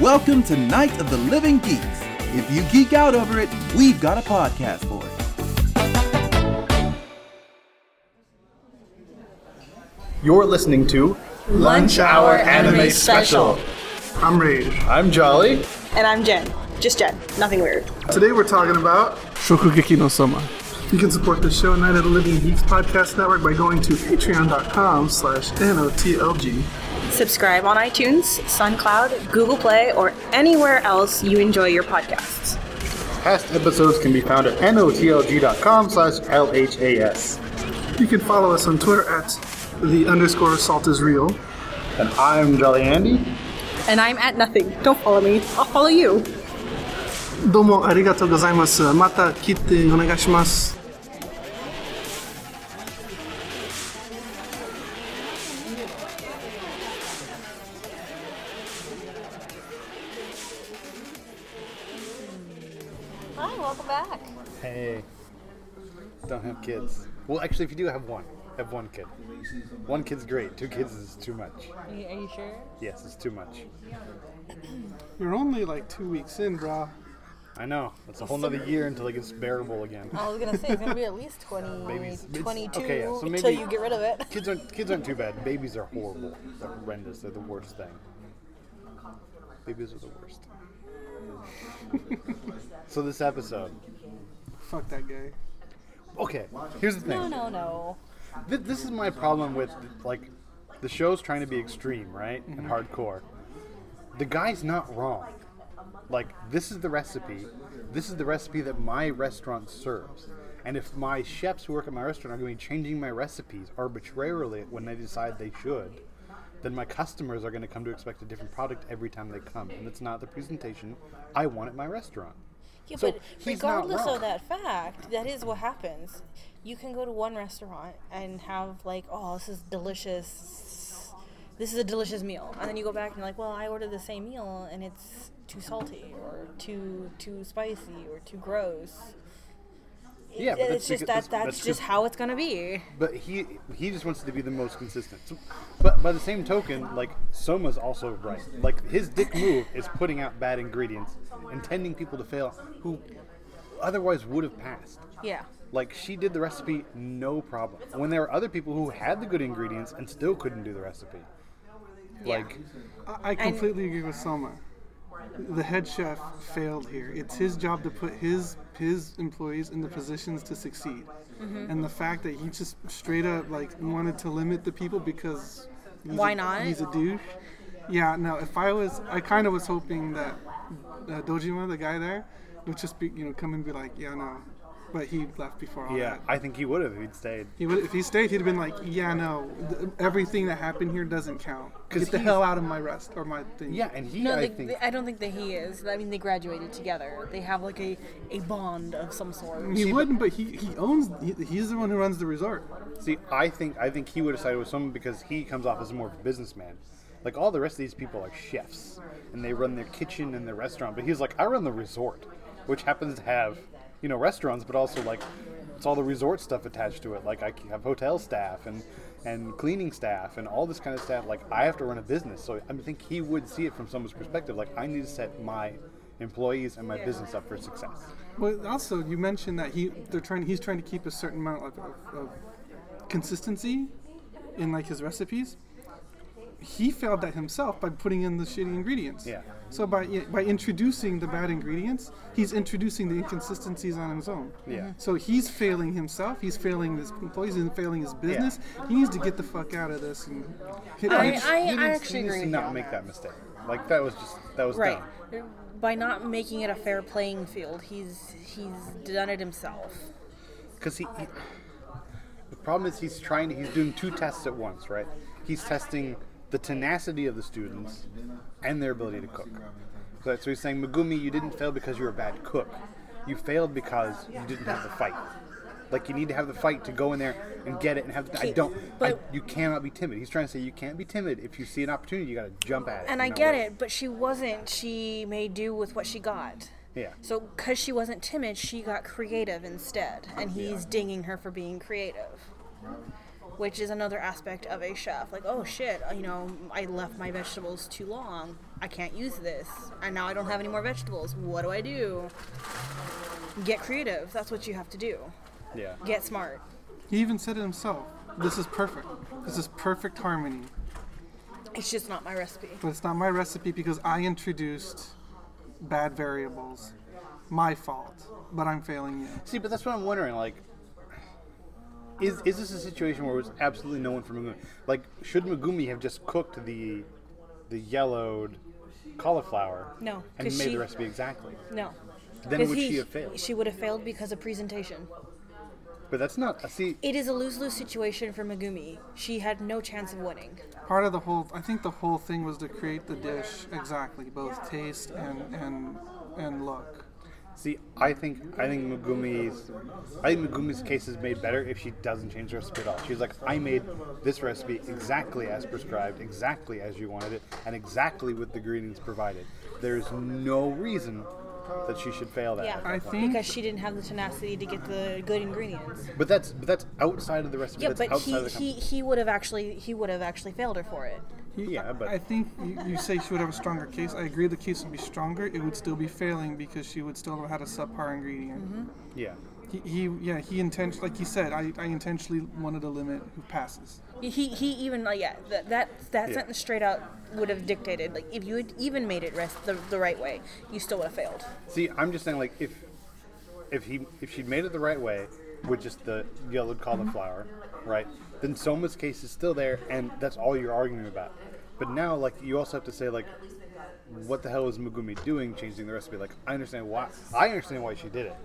Welcome to Night of the Living Geeks. If you geek out over it, we've got a podcast for it. You're listening to Lunch Hour Anime Special. I'm Rage. I'm Jolly. And I'm Jen. Just Jen. Nothing weird. Today we're talking about Shokugeki no Soma. you can support the show Night at the Living Geeks Podcast Network by going to patreon.com slash N-O-T-L-G. Subscribe on iTunes, SoundCloud, Google Play, or anywhere else you enjoy your podcasts. Past episodes can be found at notlg.com slash LHAS. You can follow us on Twitter at the underscore salt is real. And I'm Jolly Andy. And I'm at nothing. Don't follow me. I'll follow you. Domo arigato gozaimasu. Mata kite onegashimasu. Hi, welcome back. Hey. Don't have kids. Well, actually, if you do have one, have one kid. One kid's great. Two kids is too much. Are you, sure? Yes, it's too much. You're only like two weeks in, brah. I know. It's a whole nother year until it gets bearable again. Oh, I was gonna say it's gonna be at least 20, Babies. It's- 22 okay, yeah, so until maybe- you get rid of it. Kids aren't kids aren't too bad. Babies are horrible. They're horrendous. They're the worst thing. Babies are the worst. so this episode. Fuck that guy. Okay, here's the thing. No, no, no. Th- this is my problem with like the show's trying to be extreme, right? And hardcore. The guy's not wrong. Like this is the recipe. This is the recipe that my restaurant serves. And if my chefs who work at my restaurant are going to be changing my recipes arbitrarily when they decide they should, then my customers are going to come to expect a different product every time they come, and it's not the presentation I want at my restaurant. Yeah, So but he's not regardless wrong. of that fact, that is what happens. You can go to one restaurant and have like, oh, this is delicious. This is a delicious meal, and then you go back and you're like, well, I ordered the same meal and it's too salty or too too spicy or too gross. Yeah, but that's it's just becau- that that's- that's, that's 'cause- just how it's gonna be. But he he just wants to be the most consistent. So, but by the same token, like Soma's also right. Like his dick move is putting out bad ingredients, intending people to fail who otherwise would have passed. Yeah. Like she did the recipe no problem. When there were other people who had the good ingredients and still couldn't do the recipe. Like I, I completely agree with Soma. The head chef failed here. It's his job to put his his employees in the positions to succeed, Mm-hmm. and the fact that he just straight up like wanted to limit the people because he's Why a- not? He's a douche. Yeah. No. If I was, I kind of was hoping that uh, Dojima, the guy there, would just be you know come and be like, yeah, no, but he left before all yeah, that. I think he would have if he'd stayed. He would, if he stayed, he'd have been like, "Yeah, no, th- everything that happened here doesn't count. 'Cause Get the he's- hell out of my rest or my thing." Yeah, and he No, I they, think they- I don't think that he is. I mean, they graduated together. They have like a, a bond of some sort. He wouldn't, but he, he owns. He, he's the one who runs the resort. See, I think I think he would have sided with someone because he comes off as more of a businessman. Like all the rest of these people are chefs, and they run their kitchen and their restaurant. But he's like, I run the resort, which happens to have, you know, restaurants, but also like it's all the resort stuff attached to it. Like I have hotel staff and and cleaning staff and all this kind of staff. Like I have to run a business, so I think he would see it from someone's perspective. Like I need to set my employees and my business up for success. Well, also you mentioned that he they're trying. He's trying to keep a certain amount of, of, of consistency in like his recipes. He failed that himself by putting in the shitty ingredients. Yeah. So by yeah, by introducing the bad ingredients, he's introducing the inconsistencies on his own. Yeah. Mhm. So he's failing himself. He's failing his employees. He's failing his business. He needs to get the fuck out of this and hit I- rich. I- He needs- actually he needs agree to with you not on make that that. mistake. Like that was just that was Right. dumb. By not making it a fair playing field, he's he's done it himself. because he, he- the problem is he's trying to, he's doing two tests at once right he's testing the tenacity of the students and their ability to cook so, so he's saying megumi you didn't fail because you're a bad cook you failed because you didn't have the fight like you need to have the fight to go in there and get it and have the, i Okay, don't I, but- you cannot be timid he's trying to say you can't be timid if you see an opportunity you got to jump at it And I not get wait. it, but she wasn't. She made do with what she got. Yeah. So, because she wasn't timid, she got creative instead, and he's dinging her for being creative. which is another aspect of a chef. Like, oh shit, you know, I left my vegetables too long. I can't use this. And now I don't have any more vegetables. What do I do? Get creative. That's what you have to do. Yeah. Get smart. He even said it himself. This is perfect. This is perfect harmony. It's just not my recipe. But it's not my recipe because I introduced bad variables. My fault. But I'm failing you. See, but that's what I'm wondering. Like, is is this a situation where it was absolutely no one from Megumi? Like, should Megumi have just cooked the the yellowed cauliflower? No, and 'cause made she- the recipe exactly. No. Then 'Cause would he- she have failed? She would have failed because of presentation. But that's not. uh, See, It is a lose lose situation for Megumi. She had no chance of winning. Part of the whole, I think the whole thing was to create the dish exactly, both taste and and and look. see, I think I think Megumi's I think Megumi's case is made better if she doesn't change the recipe at all. She's like, I made this recipe exactly as prescribed, exactly as you wanted it, and exactly with the ingredients provided. There's no reason that she should fail that. Yeah. I point. think Because she didn't have the tenacity to get the good ingredients. But that's but that's outside of the recipe. Yeah, that's but outside he, of the he, he would have actually he would have actually failed her for it. Yeah, but- I think you, you say she would have a stronger case. I agree the case would be stronger. It would still be failing because she would still have had a subpar ingredient. company. Yeah, He, he yeah, he intent like he said, I, I intentionally wanted to limit who passes. He, he even like yeah that that, that Yeah. sentence straight out would have dictated like if you had even made it rest the, the right way you still would have failed. See, I'm just saying, like, if if he if she'd made it the right way with just the yellowed cauliflower, right? Then Soma's case is still there, and that's all you're arguing about. But now, like, you also have to say, like, what the hell is Megumi doing, changing the recipe? Like, I understand why. I understand why she did it,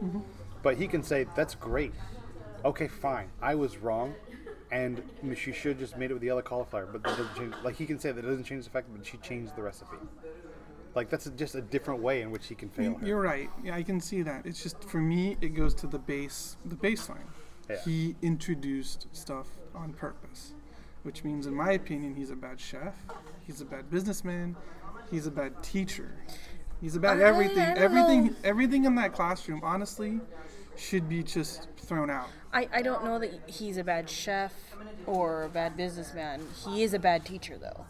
but he can say that's great. Okay, fine. I was wrong, and she should have just made it with the yellow cauliflower. But that doesn't change. Like, he can say that doesn't change the fact that she changed the recipe. Like, that's just a different way in which he can fail. her. You're right. Yeah, I can see that. It's just for me, it goes to the base, the baseline. Yeah. He introduced stuff on purpose, which means, in my opinion, he's a bad chef. He's a bad businessman. He's a bad teacher. He's about I- everything. I don't everything. know. Everything in that classroom, honestly, should be just thrown out. I, I don't know that he's a bad chef or a bad businessman. He is a bad teacher though.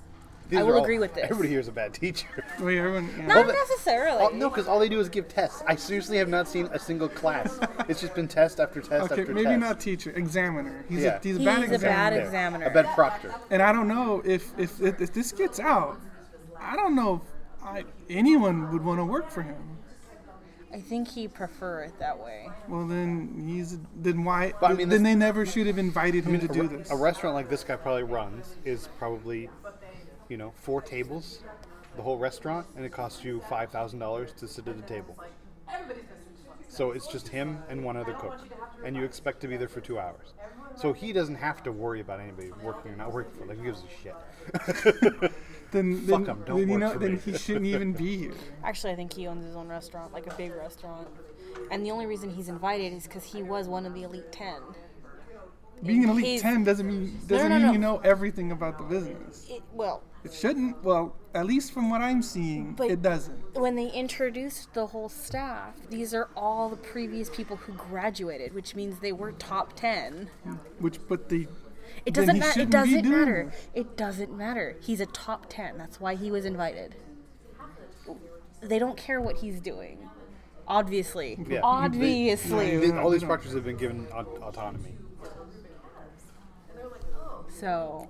These I are will all- agree with this. Everybody here is a bad teacher. Wait, everyone. yeah. Not but- necessarily. All- no, because all they do is give tests. I seriously have not seen a single class. it's just been test after test okay, after maybe test. not teacher. Examiner. He's Yeah. a he's a He's bad a bad examiner. There. examiner. A bad proctor. And I don't know if if if, if this gets out, I don't know if I, anyone would want to work for him. I think he prefer it that way. Well, then he's then why? But I mean, then this- they never should have invited him I mean, to do a, re- this. a restaurant like this guy probably runs is probably, you know, four tables, the whole restaurant, and it costs you five thousand dollars to sit at a table. So it's just him and one other cook, and you expect to be there for two hours. So he doesn't have to worry about anybody working or not working for. him. Like who gives a shit? then fuck then, 'em, don't then you work know for then me. he shouldn't even be here. Actually, I think he owns his own restaurant, like a big restaurant. And the only reason he's invited is because he was one of the elite ten. Being an elite He's- ten doesn't mean doesn't no, mean no. you know everything about the business. It, well, It shouldn't. Well, at least from what I'm seeing, But- it doesn't. when they introduced the whole staff, these are all the previous people who graduated, which means they were top ten. Which but the It Then doesn't he matter. It shouldn't be doesn't doing matter. this. It doesn't matter. He's a top ten. That's why he was invited. They don't care what he's doing. Obviously. Yeah. Obviously. Yeah. They- all these proctors have been given au- autonomy. So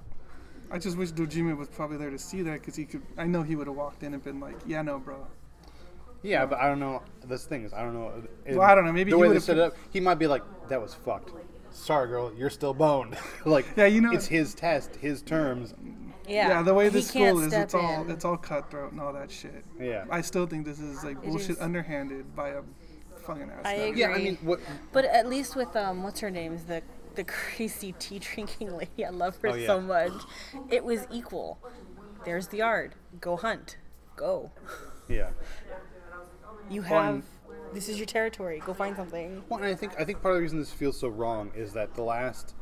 I just wish Dojima was probably there to see that because he could. I know he would have walked in and been like, "Yeah, no, bro." Yeah, but I don't know. This thing is, I don't know. in- Well, I don't know, maybe the he way they would've- set it up, he might be like, "That was fucked." Sorry, girl, you're still boned. like, Yeah, you know- it's his test, his terms. yeah. Yeah, the way he this can't school is, step it's all in. it's all cutthroat and all that shit. Yeah. I still think this is like bullshit, is. underhanded by a fucking ass. I man. agree. Yeah, I mean, what? But at least with um, what's her name's the the crazy tea drinking lady. I love her Oh, yeah. so much. It was equal. There's the yard. Go hunt. Go. Yeah. You Well, have. and- This is your territory. Go find something. Well, and I think I think part of the reason this feels so wrong is that the last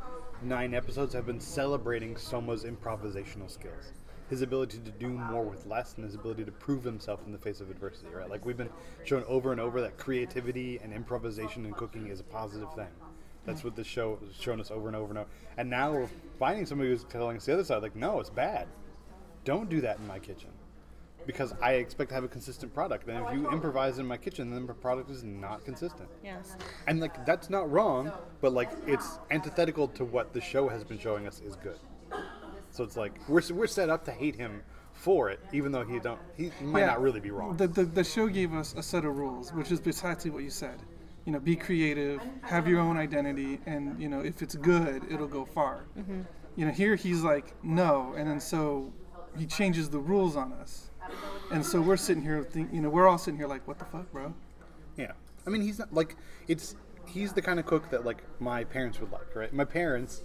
nine episodes have been celebrating Soma's improvisational skills, his ability to do more with less, and his ability to prove himself in the face of adversity. Right? Like we've been shown over and over that creativity and improvisation in cooking is a positive thing. That's what the show has shown us over and over and over. And now we're finding somebody who's telling us the other side, like, no, it's bad. Don't do that in my kitchen. Because I expect to have a consistent product. And if you improvise in my kitchen, then the product is not consistent. Yes. And, like, that's not wrong, but, like, it's antithetical to what the show has been showing us is good. So it's like, we're, we're set up to hate him for it, even though he don't he might Yeah. not really be wrong. The, the, the show gave us a set of rules, which is precisely what you said. You know, be creative, have your own identity, and you know, if it's good, it'll go far. Mm-hmm. You know, here he's like, no, and then so he changes the rules on us, and so we're sitting here, think, you know, we're all sitting here like, what the fuck, bro? Yeah, I mean, he's not like it's. He's the kind of cook that like my parents would like, right? My parents,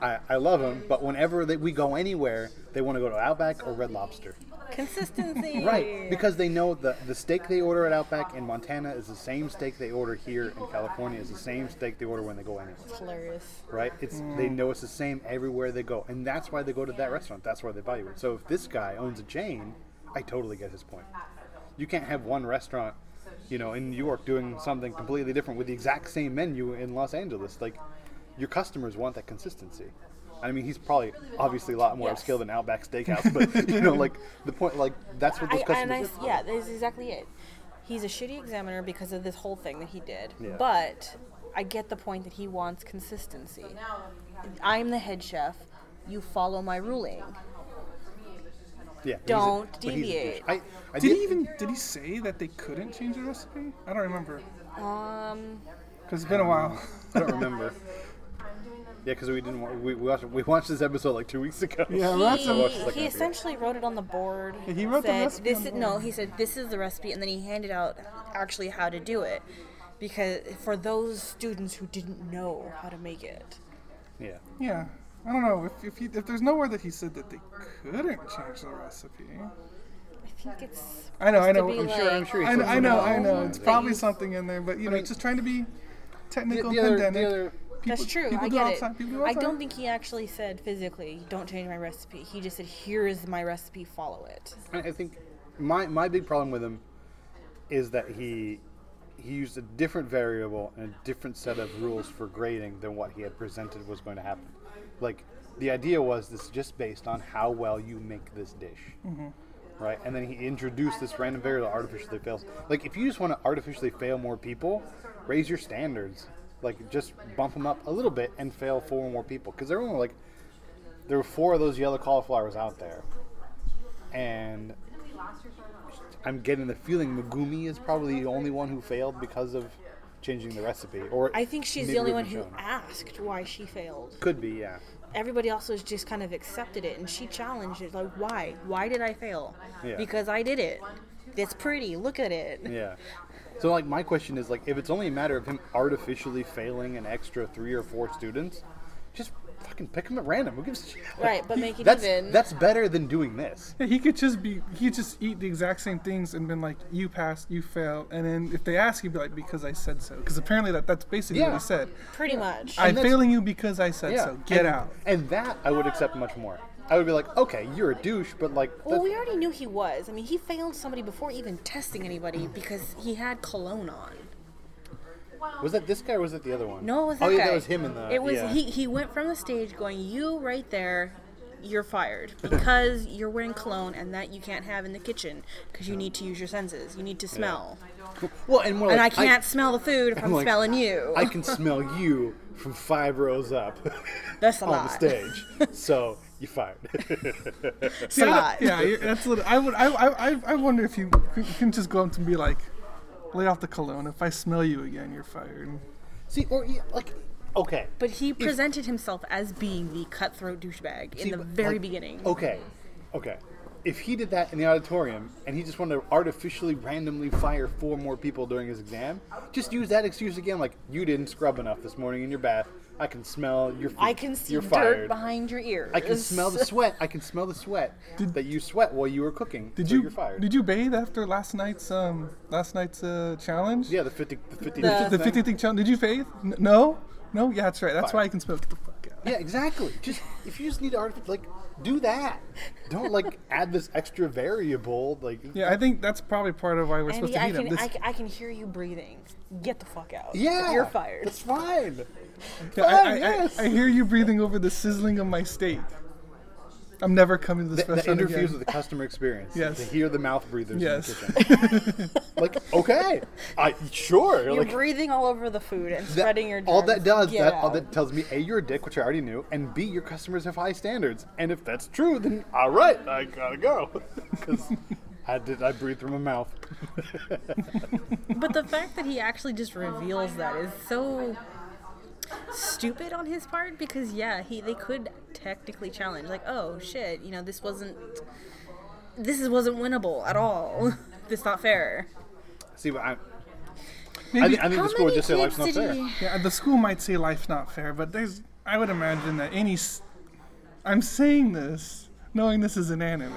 I, I love them, but whenever they, we go anywhere, they want to go to Outback or Red Lobster, Consistency. right? Because they know the the steak they order at Outback in Montana is the same steak they order here in California is the same steak they order when they go anywhere, Hilarious. right? It's they Mm. know it's the same everywhere they go, and that's why they go to that restaurant. That's why they value it. So if this guy owns a chain, I totally get his point. You can't have one restaurant, you know, in New York doing something completely different with the exact same menu in Los Angeles. Like, your customers want that consistency. I mean, he's probably obviously a lot more Yes. upscale than Outback Steakhouse, but you know, like the point, like that's what those I, and I, customers. yeah, that's exactly it. He's a shitty examiner because of this whole thing that he did. Yeah. But I get the point that he wants consistency. I'm the head chef. You follow my ruling. yeah, he's a- don't but he's a douche. deviate. I, I Did did he even did he say that they couldn't change the recipe? I don't remember. Um, Cause it's been a while. I don't remember. Yeah, because we didn't. wa- We we watched, we watched this episode like two weeks ago. Yeah, well, that's he, a, Watched the second he episode. essentially wrote it on the board. He wrote the said, recipe This on the is- no, he said this is the recipe, and then he handed out actually how to do it, because for those students who didn't know how to make it. Yeah, yeah. I don't know if if, he, if there's nowhere that he said that they couldn't change the recipe. I think it's. I know, I supposed to know. be I'm sure- I'm like, sure he I, said I know, I something know. along It's those probably lines. something in there, but you know, mean- just trying to be the, technical, the other, pandemic. the other people, That's true. People I do get all the it. time. People do all I the don't time. think he actually said physically, "Don't change my recipe." He just said, "Here is my recipe. Follow it." I I think my my big problem with him is that he he used a different variable and a different set of rules for grading than what he had presented was going to happen. Like the idea was this is just based on how well you make this dish. Right, and then he introduced this random variable that artificially fails. Like, if you just want to artificially fail more people, raise your standards. Like, just bump them up a little bit and fail four more people. Because they're only like, there were four of those yellow cauliflowers out there, and I'm getting the feeling Megumi is probably the only one who failed because of changing the recipe. Or I think she's the maybe only one Ruben who Shonen. asked why she failed. could be. Yeah, everybody else was just kind of accepted it and she challenged it like why why did i fail Yeah. because i did it it's pretty look at it yeah. So like, my question is like, if it's only a matter of him artificially failing an extra three or four students, just fucking pick them at random. Who gives a shit? Right, but make it that's, even. That's better than doing this. Yeah, he could just be. He could just eat the exact same things and been like, "You pass, you fail," and then if they ask, he'd be like, "Because I said so." Because apparently that, that's basically what Yeah. he said. pretty much I'm that's- failing you because I said so. Get and- out. And that I would accept much more. I would be like, okay, you're a douche, but like, well that's- we already knew he was i mean he failed somebody before even testing anybody because he had cologne on was that this guy or was it the other one? no it was that oh, yeah, guy. that was him in the. it was yeah. he he went from the stage going you right there you're fired because you're wearing cologne and that you can't have in the kitchen because you need to use your senses you need to smell Well, and, more and i like, can't smell the food if i'm, like, smelling you I can smell you from five rows up that's a on lot the stage. So you fired. It's a lot. Yeah, you're- that's. Little, I would. I, I. I- I wonder if you c- can just go up to be like, "Lay off the cologne. If I smell you again, you're fired." See, or yeah, like, okay, But he presented himself as being the cutthroat douchebag See, in the but, very like, oh, beginning. okay, okay. If he did that in the auditorium and he just wanted to artificially randomly fire four more people during his exam, just use that excuse again. Like you didn't scrub enough this morning in your bath. I can smell your. I can see you're dirt fired. behind your ears. I can smell the sweat. I can smell the sweat that you sweat while you were cooking. Did so you You're fired. did you bathe after last night's um last night's uh, challenge? yeah, the fifty. The fifty. The- The fifty thing challenge. Did you bathe? N- no, no. Yeah, that's right. That's Fire. why I can smoke. Get the fuck out. Yeah, exactly. Just if you just need artifact, like do that. Don't like add this extra variable. Like Yeah, I think that's probably part of why we're supposed Andy, to I meet can, him. This, I, can- I can hear you breathing. Get the fuck out. yeah, You're fired. That's fine. Yeah, I, I, I- yes. I hear you breathing over the sizzling of my steak. I'm never coming to this That, that restaurant interferes again. with the customer experience. Yes. To hear the mouth breathers Yes. in the kitchen. like, okay. I sure. You're like breathing all over the food and that- spreading your germs. all that does Get that all out. that tells me A you're a dick, which I already knew, and B your customers have high standards. And if that's true, then all right, I gotta go. 'Cause I did I breathe through my mouth. But the fact that he actually just reveals that is so stupid on his part because yeah, he they could technically challenge like, "Oh shit, you know, this wasn't this is- wasn't winnable at all. this not fair." See, but I, I, Maybe- thi- I think the school would just say life's not fair. Yeah, the school might say life's not fair, but there's. I would imagine that any. s- I'm saying this knowing this is an anime,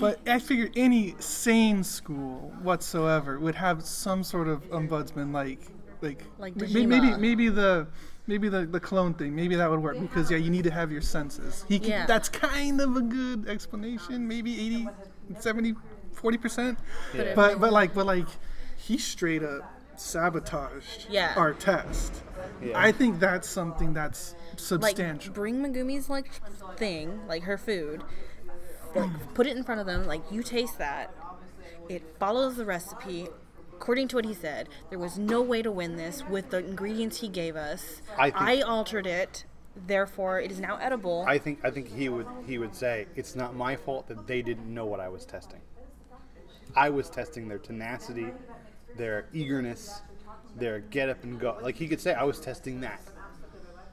but I figure any sane school whatsoever would have some sort of ombudsman like, like, Like m- may- maybe Dojima. maybe the. Maybe the, the clone thing, maybe that would work because yeah, you need to have your senses. He can, Yeah. that's kind of a good explanation, maybe 80, 70, 40 percent. But but like but like, he straight up sabotaged Yeah. our test. Yeah. I think that's something that's substantial. Like bring Megumi's like thing, like her food, like put it in front of them. Like you taste that. It follows the recipe. According to what he said, there was no way to win this with the ingredients he gave us. I think- altered it, therefore it is now edible. I think I think he would he would say it's not my fault that they didn't know what I was testing. I was testing their tenacity, their eagerness, their get up and go. Like he could say I was testing that.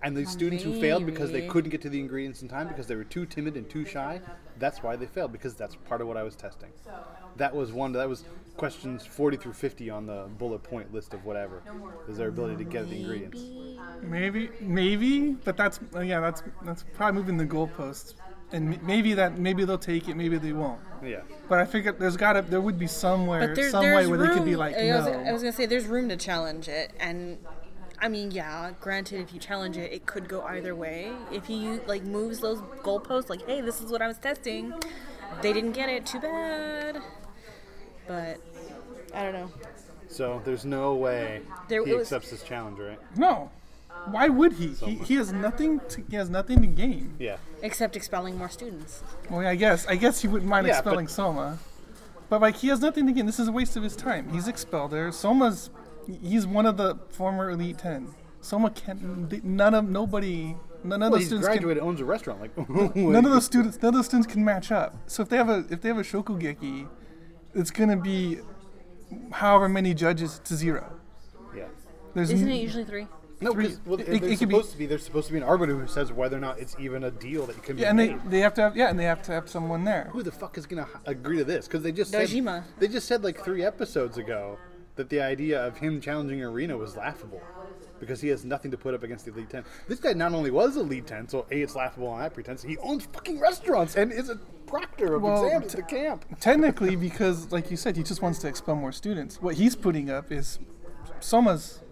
And the students who failed because they Maybe. couldn't get to the ingredients in time because they were too timid and too shy, that's why they failed because that's part of what I was testing. That was one that was questions 40 through 50 on the bullet point list of whatever is their ability to get at the ingredients. maybe maybe, but that's uh, yeah, that's that's probably moving the goalposts. And m- maybe that maybe they'll take it, maybe they won't. Yeah. But I figure there's gotta there would be somewhere but there, some there's way where room, they could be like I was, no. I was gonna say there's room to challenge it, and I mean, yeah, granted, if you challenge it, it could go either way. If he like moves those goalposts, like, hey, this is what I was testing, they didn't get it, too bad. But I don't know. So there's no way There- he it was- accepts this challenge, right? no. Why would he? He, he has nothing to he has nothing to gain. Yeah. Except expelling more students. Well, I guess I guess he wouldn't mind Yeah, but- expelling Soma, but like he has nothing to gain. This is a waste of his time. He's expelled there. Soma's he's one of the former elite ten. Soma can't. None of nobody. None of Well, the he's students. Can, graduated, owns a restaurant. Like none of those students. None of those students can match up. So if they have a if they have a shokugeki, it's gonna be however many judges to zero. Yeah. There's Isn't n- it usually three? No, Three- 'cause, well, it- they're it could be- supposed to be. There's supposed to be an arbiter who says whether or not it's even a deal that can be yeah, and they, made. they have to have yeah, and they have to have someone there. Who the fuck is gonna h- agree to this? Because they just Dojima. said they just said like three episodes ago that the idea of him challenging Arena was laughable because he has nothing to put up against the Elite Ten. This guy not only was Elite Ten, so a it's laughable on that pretense. He owns fucking restaurants and is a proctor of Well, exams at the camp. Technically, because like you said, he just wants to expel more students. What he's putting up is Soma's.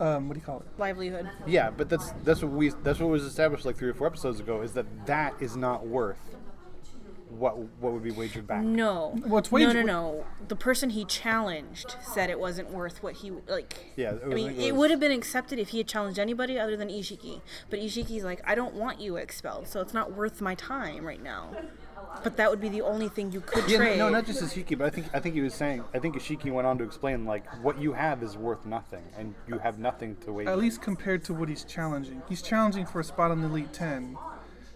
Um, what do you call it? Livelihood. Yeah, but that's that's what we that's what was established like three or four episodes ago is that that is not worth what what would be wagered back. No. What's no, wage- no, no. The person he challenged said it wasn't worth what he like. Yeah, it I was- mean, it it, was- would have been accepted if he had challenged anybody other than Ishiki. But Ishiki's like, I don't want you expelled, so it's not worth my time right now. But that would be the only thing you could Yeah, trade. no, not just Ishiki, but I think I think he was saying I think Ishiki went on to explain like what you have is worth nothing and you have nothing to wager. At least compared to what he's challenging. He's challenging for a spot on the Elite Ten,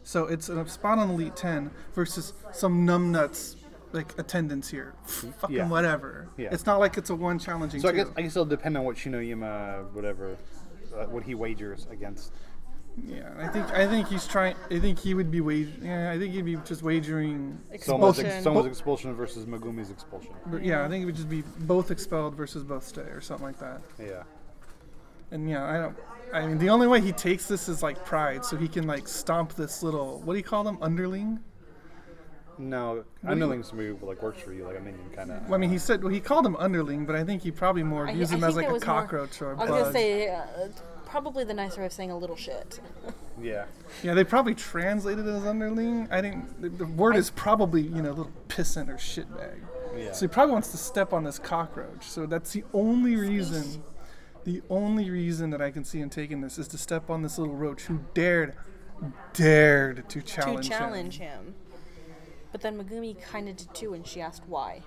so it's a spot on the Elite Ten versus some numbnuts like attendance here. Fucking Yeah. whatever. Yeah. It's not like it's a one challenging. so I two. guess I guess it'll depend on what Shinoyama whatever uh, what he wagers against. yeah, I think I think he's trying. I think he would be wage. Yeah, I think he'd be just wagering. Someone's, Expulsion. ex- someone's expulsion versus Megumi's expulsion. Yeah, I think it would just be both expelled versus both stay or something like that. Yeah. And yeah, I don't. I mean, the only way he takes this is like pride, so he can like stomp this little. What do you call them? Underling. No, I know like somebody who like works for you like a minion kind of. Well, I mean, he said well, he called him underling, but I think he probably more I, views I him think as like that a was more- cockroach or a I was gonna bug. say uh, probably the nicer way of saying a little shit. Yeah. Yeah, they probably translated it as underling. I didn't. The, the word is probably you know little pissant or shitbag. Yeah. So he probably wants to step on this cockroach. So that's the only reason. The only reason that I can see him taking this is to step on this little roach who dared, dared to challenge. to him. challenge him. But then Megumi kind of did too, and she asked why.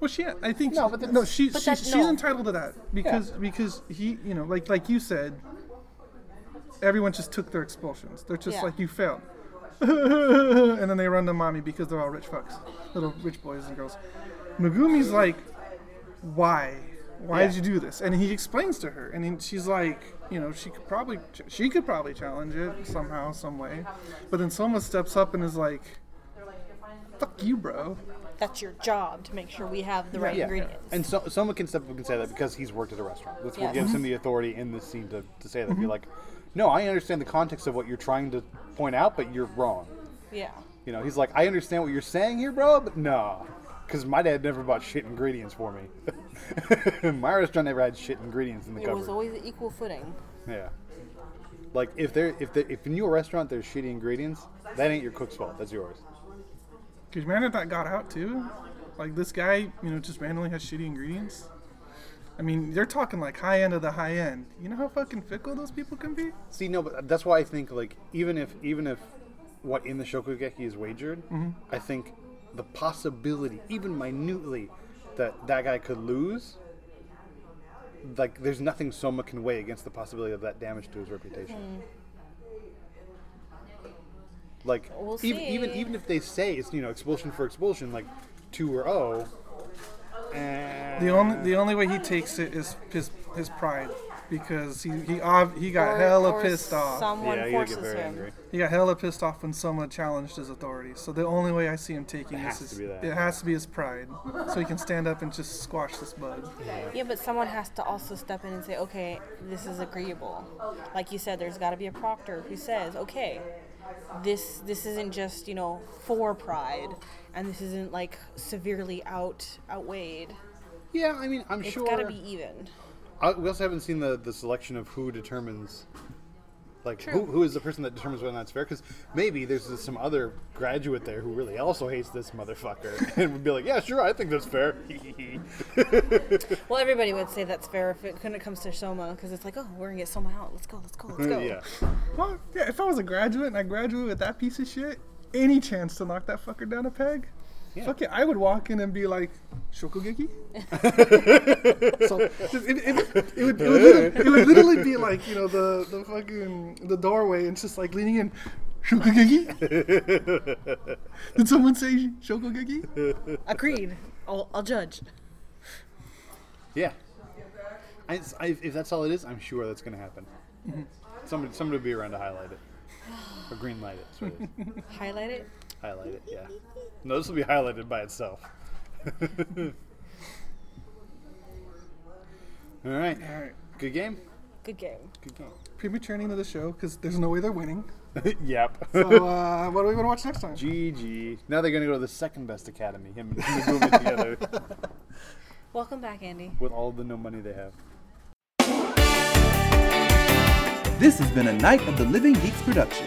Well, she, I think, No, no, but but that's- no, she, she, that's she's no. entitled to that because because he, you know, like like you said, everyone just took their expulsions. They're just Yeah. like you failed, and then they run to mommy because they're all rich fucks, little rich boys and girls. Megumi's like, why, why did Yeah. you do this? And he explains to her, and he, she's like, you know, she could probably she could probably challenge it somehow, some way, but then Soma steps up and is like, fuck you, bro. That's your job to make sure we have the right Yeah. ingredients. And so, someone can step up and say that because he's worked at a restaurant. That's what Yes. gives him the authority in this scene to, to say that. Mm-hmm. Be like, no, I understand the context of what you're trying to point out, but you're wrong. Yeah. You know, he's like, I understand what you're saying here, bro, but no. Because my dad never bought shit ingredients for me. my restaurant never had shit ingredients in the It cupboard. was always an equal footing. yeah. Like if there if there, if in your restaurant there's shitty ingredients, that ain't your cook's fault. That's yours. Could you imagine if that got out too? Like this guy, you know, just randomly has shitty ingredients. I mean, they're talking like high end of the high end. You know how fucking fickle those people can be? See, no, but that's why I think like even if even if what in the Shokugeki is wagered, I think the possibility, even minutely, that that guy could lose. Like, there's nothing Soma can weigh against the possibility of that damage to his Hmm. reputation. Like, We'll even, even see. even if they say it's you know expulsion for expulsion, like two or oh, O. eh, The only the only way he takes it is his his pride because he he ob- he got Or- hella or pissed off. Someone yeah, you forces get very him. angry. He got hella pissed off when someone challenged his authority. So the only way I see him taking has this to is be that. it has to be his pride, so he can stand up and just squash this bug. Yeah, but someone has to also step in and say, okay, this is agreeable. Like you said, there's got to be a proctor who says, okay, this this isn't just you know for pride, and this isn't like severely out outweighed. Yeah, I mean, I'm It's sure got to be even. I, we also haven't seen the, the selection of who determines, like who, who is the person that determines whether or not it's fair. Because maybe there's this- some other graduate there who really also hates this motherfucker and would be like, yeah, sure, I think that's fair. Well, everybody would say that's fair if it, when it comes to Soma, because it's like, oh, we're gonna get Soma out. Let's go, let's go, let's go. Mm, yeah, Well, yeah, if I was a graduate and I graduated with that piece of shit, any chance to knock that fucker down a peg? Fuck it, I would walk in and be like, Shokugeki? so, just- it, it, it, would, it, would literally, it would literally be like, you know, the, the fucking, the doorway, and it's just like leaning in, Shokugeki? Did someone say Shokugeki? Agreed. I'll, I'll judge. yeah. I, it's- I, if that's all it is, I'm sure that's going to happen. Somebody, somebody will be around to highlight it or green light it. that's what it is. Highlight it. highlight it, yeah. No, this will be highlighted by itself. all right, All right, good game. Good game. Good game. premature end of the show, because there's no way they're winning. yep. So, uh, what do we want to watch next time? GG. Now they're gonna go to the second best academy. Him and Megumi together Welcome back, Andy. with all the no money they have. This has been a Night of the Living Geeks production.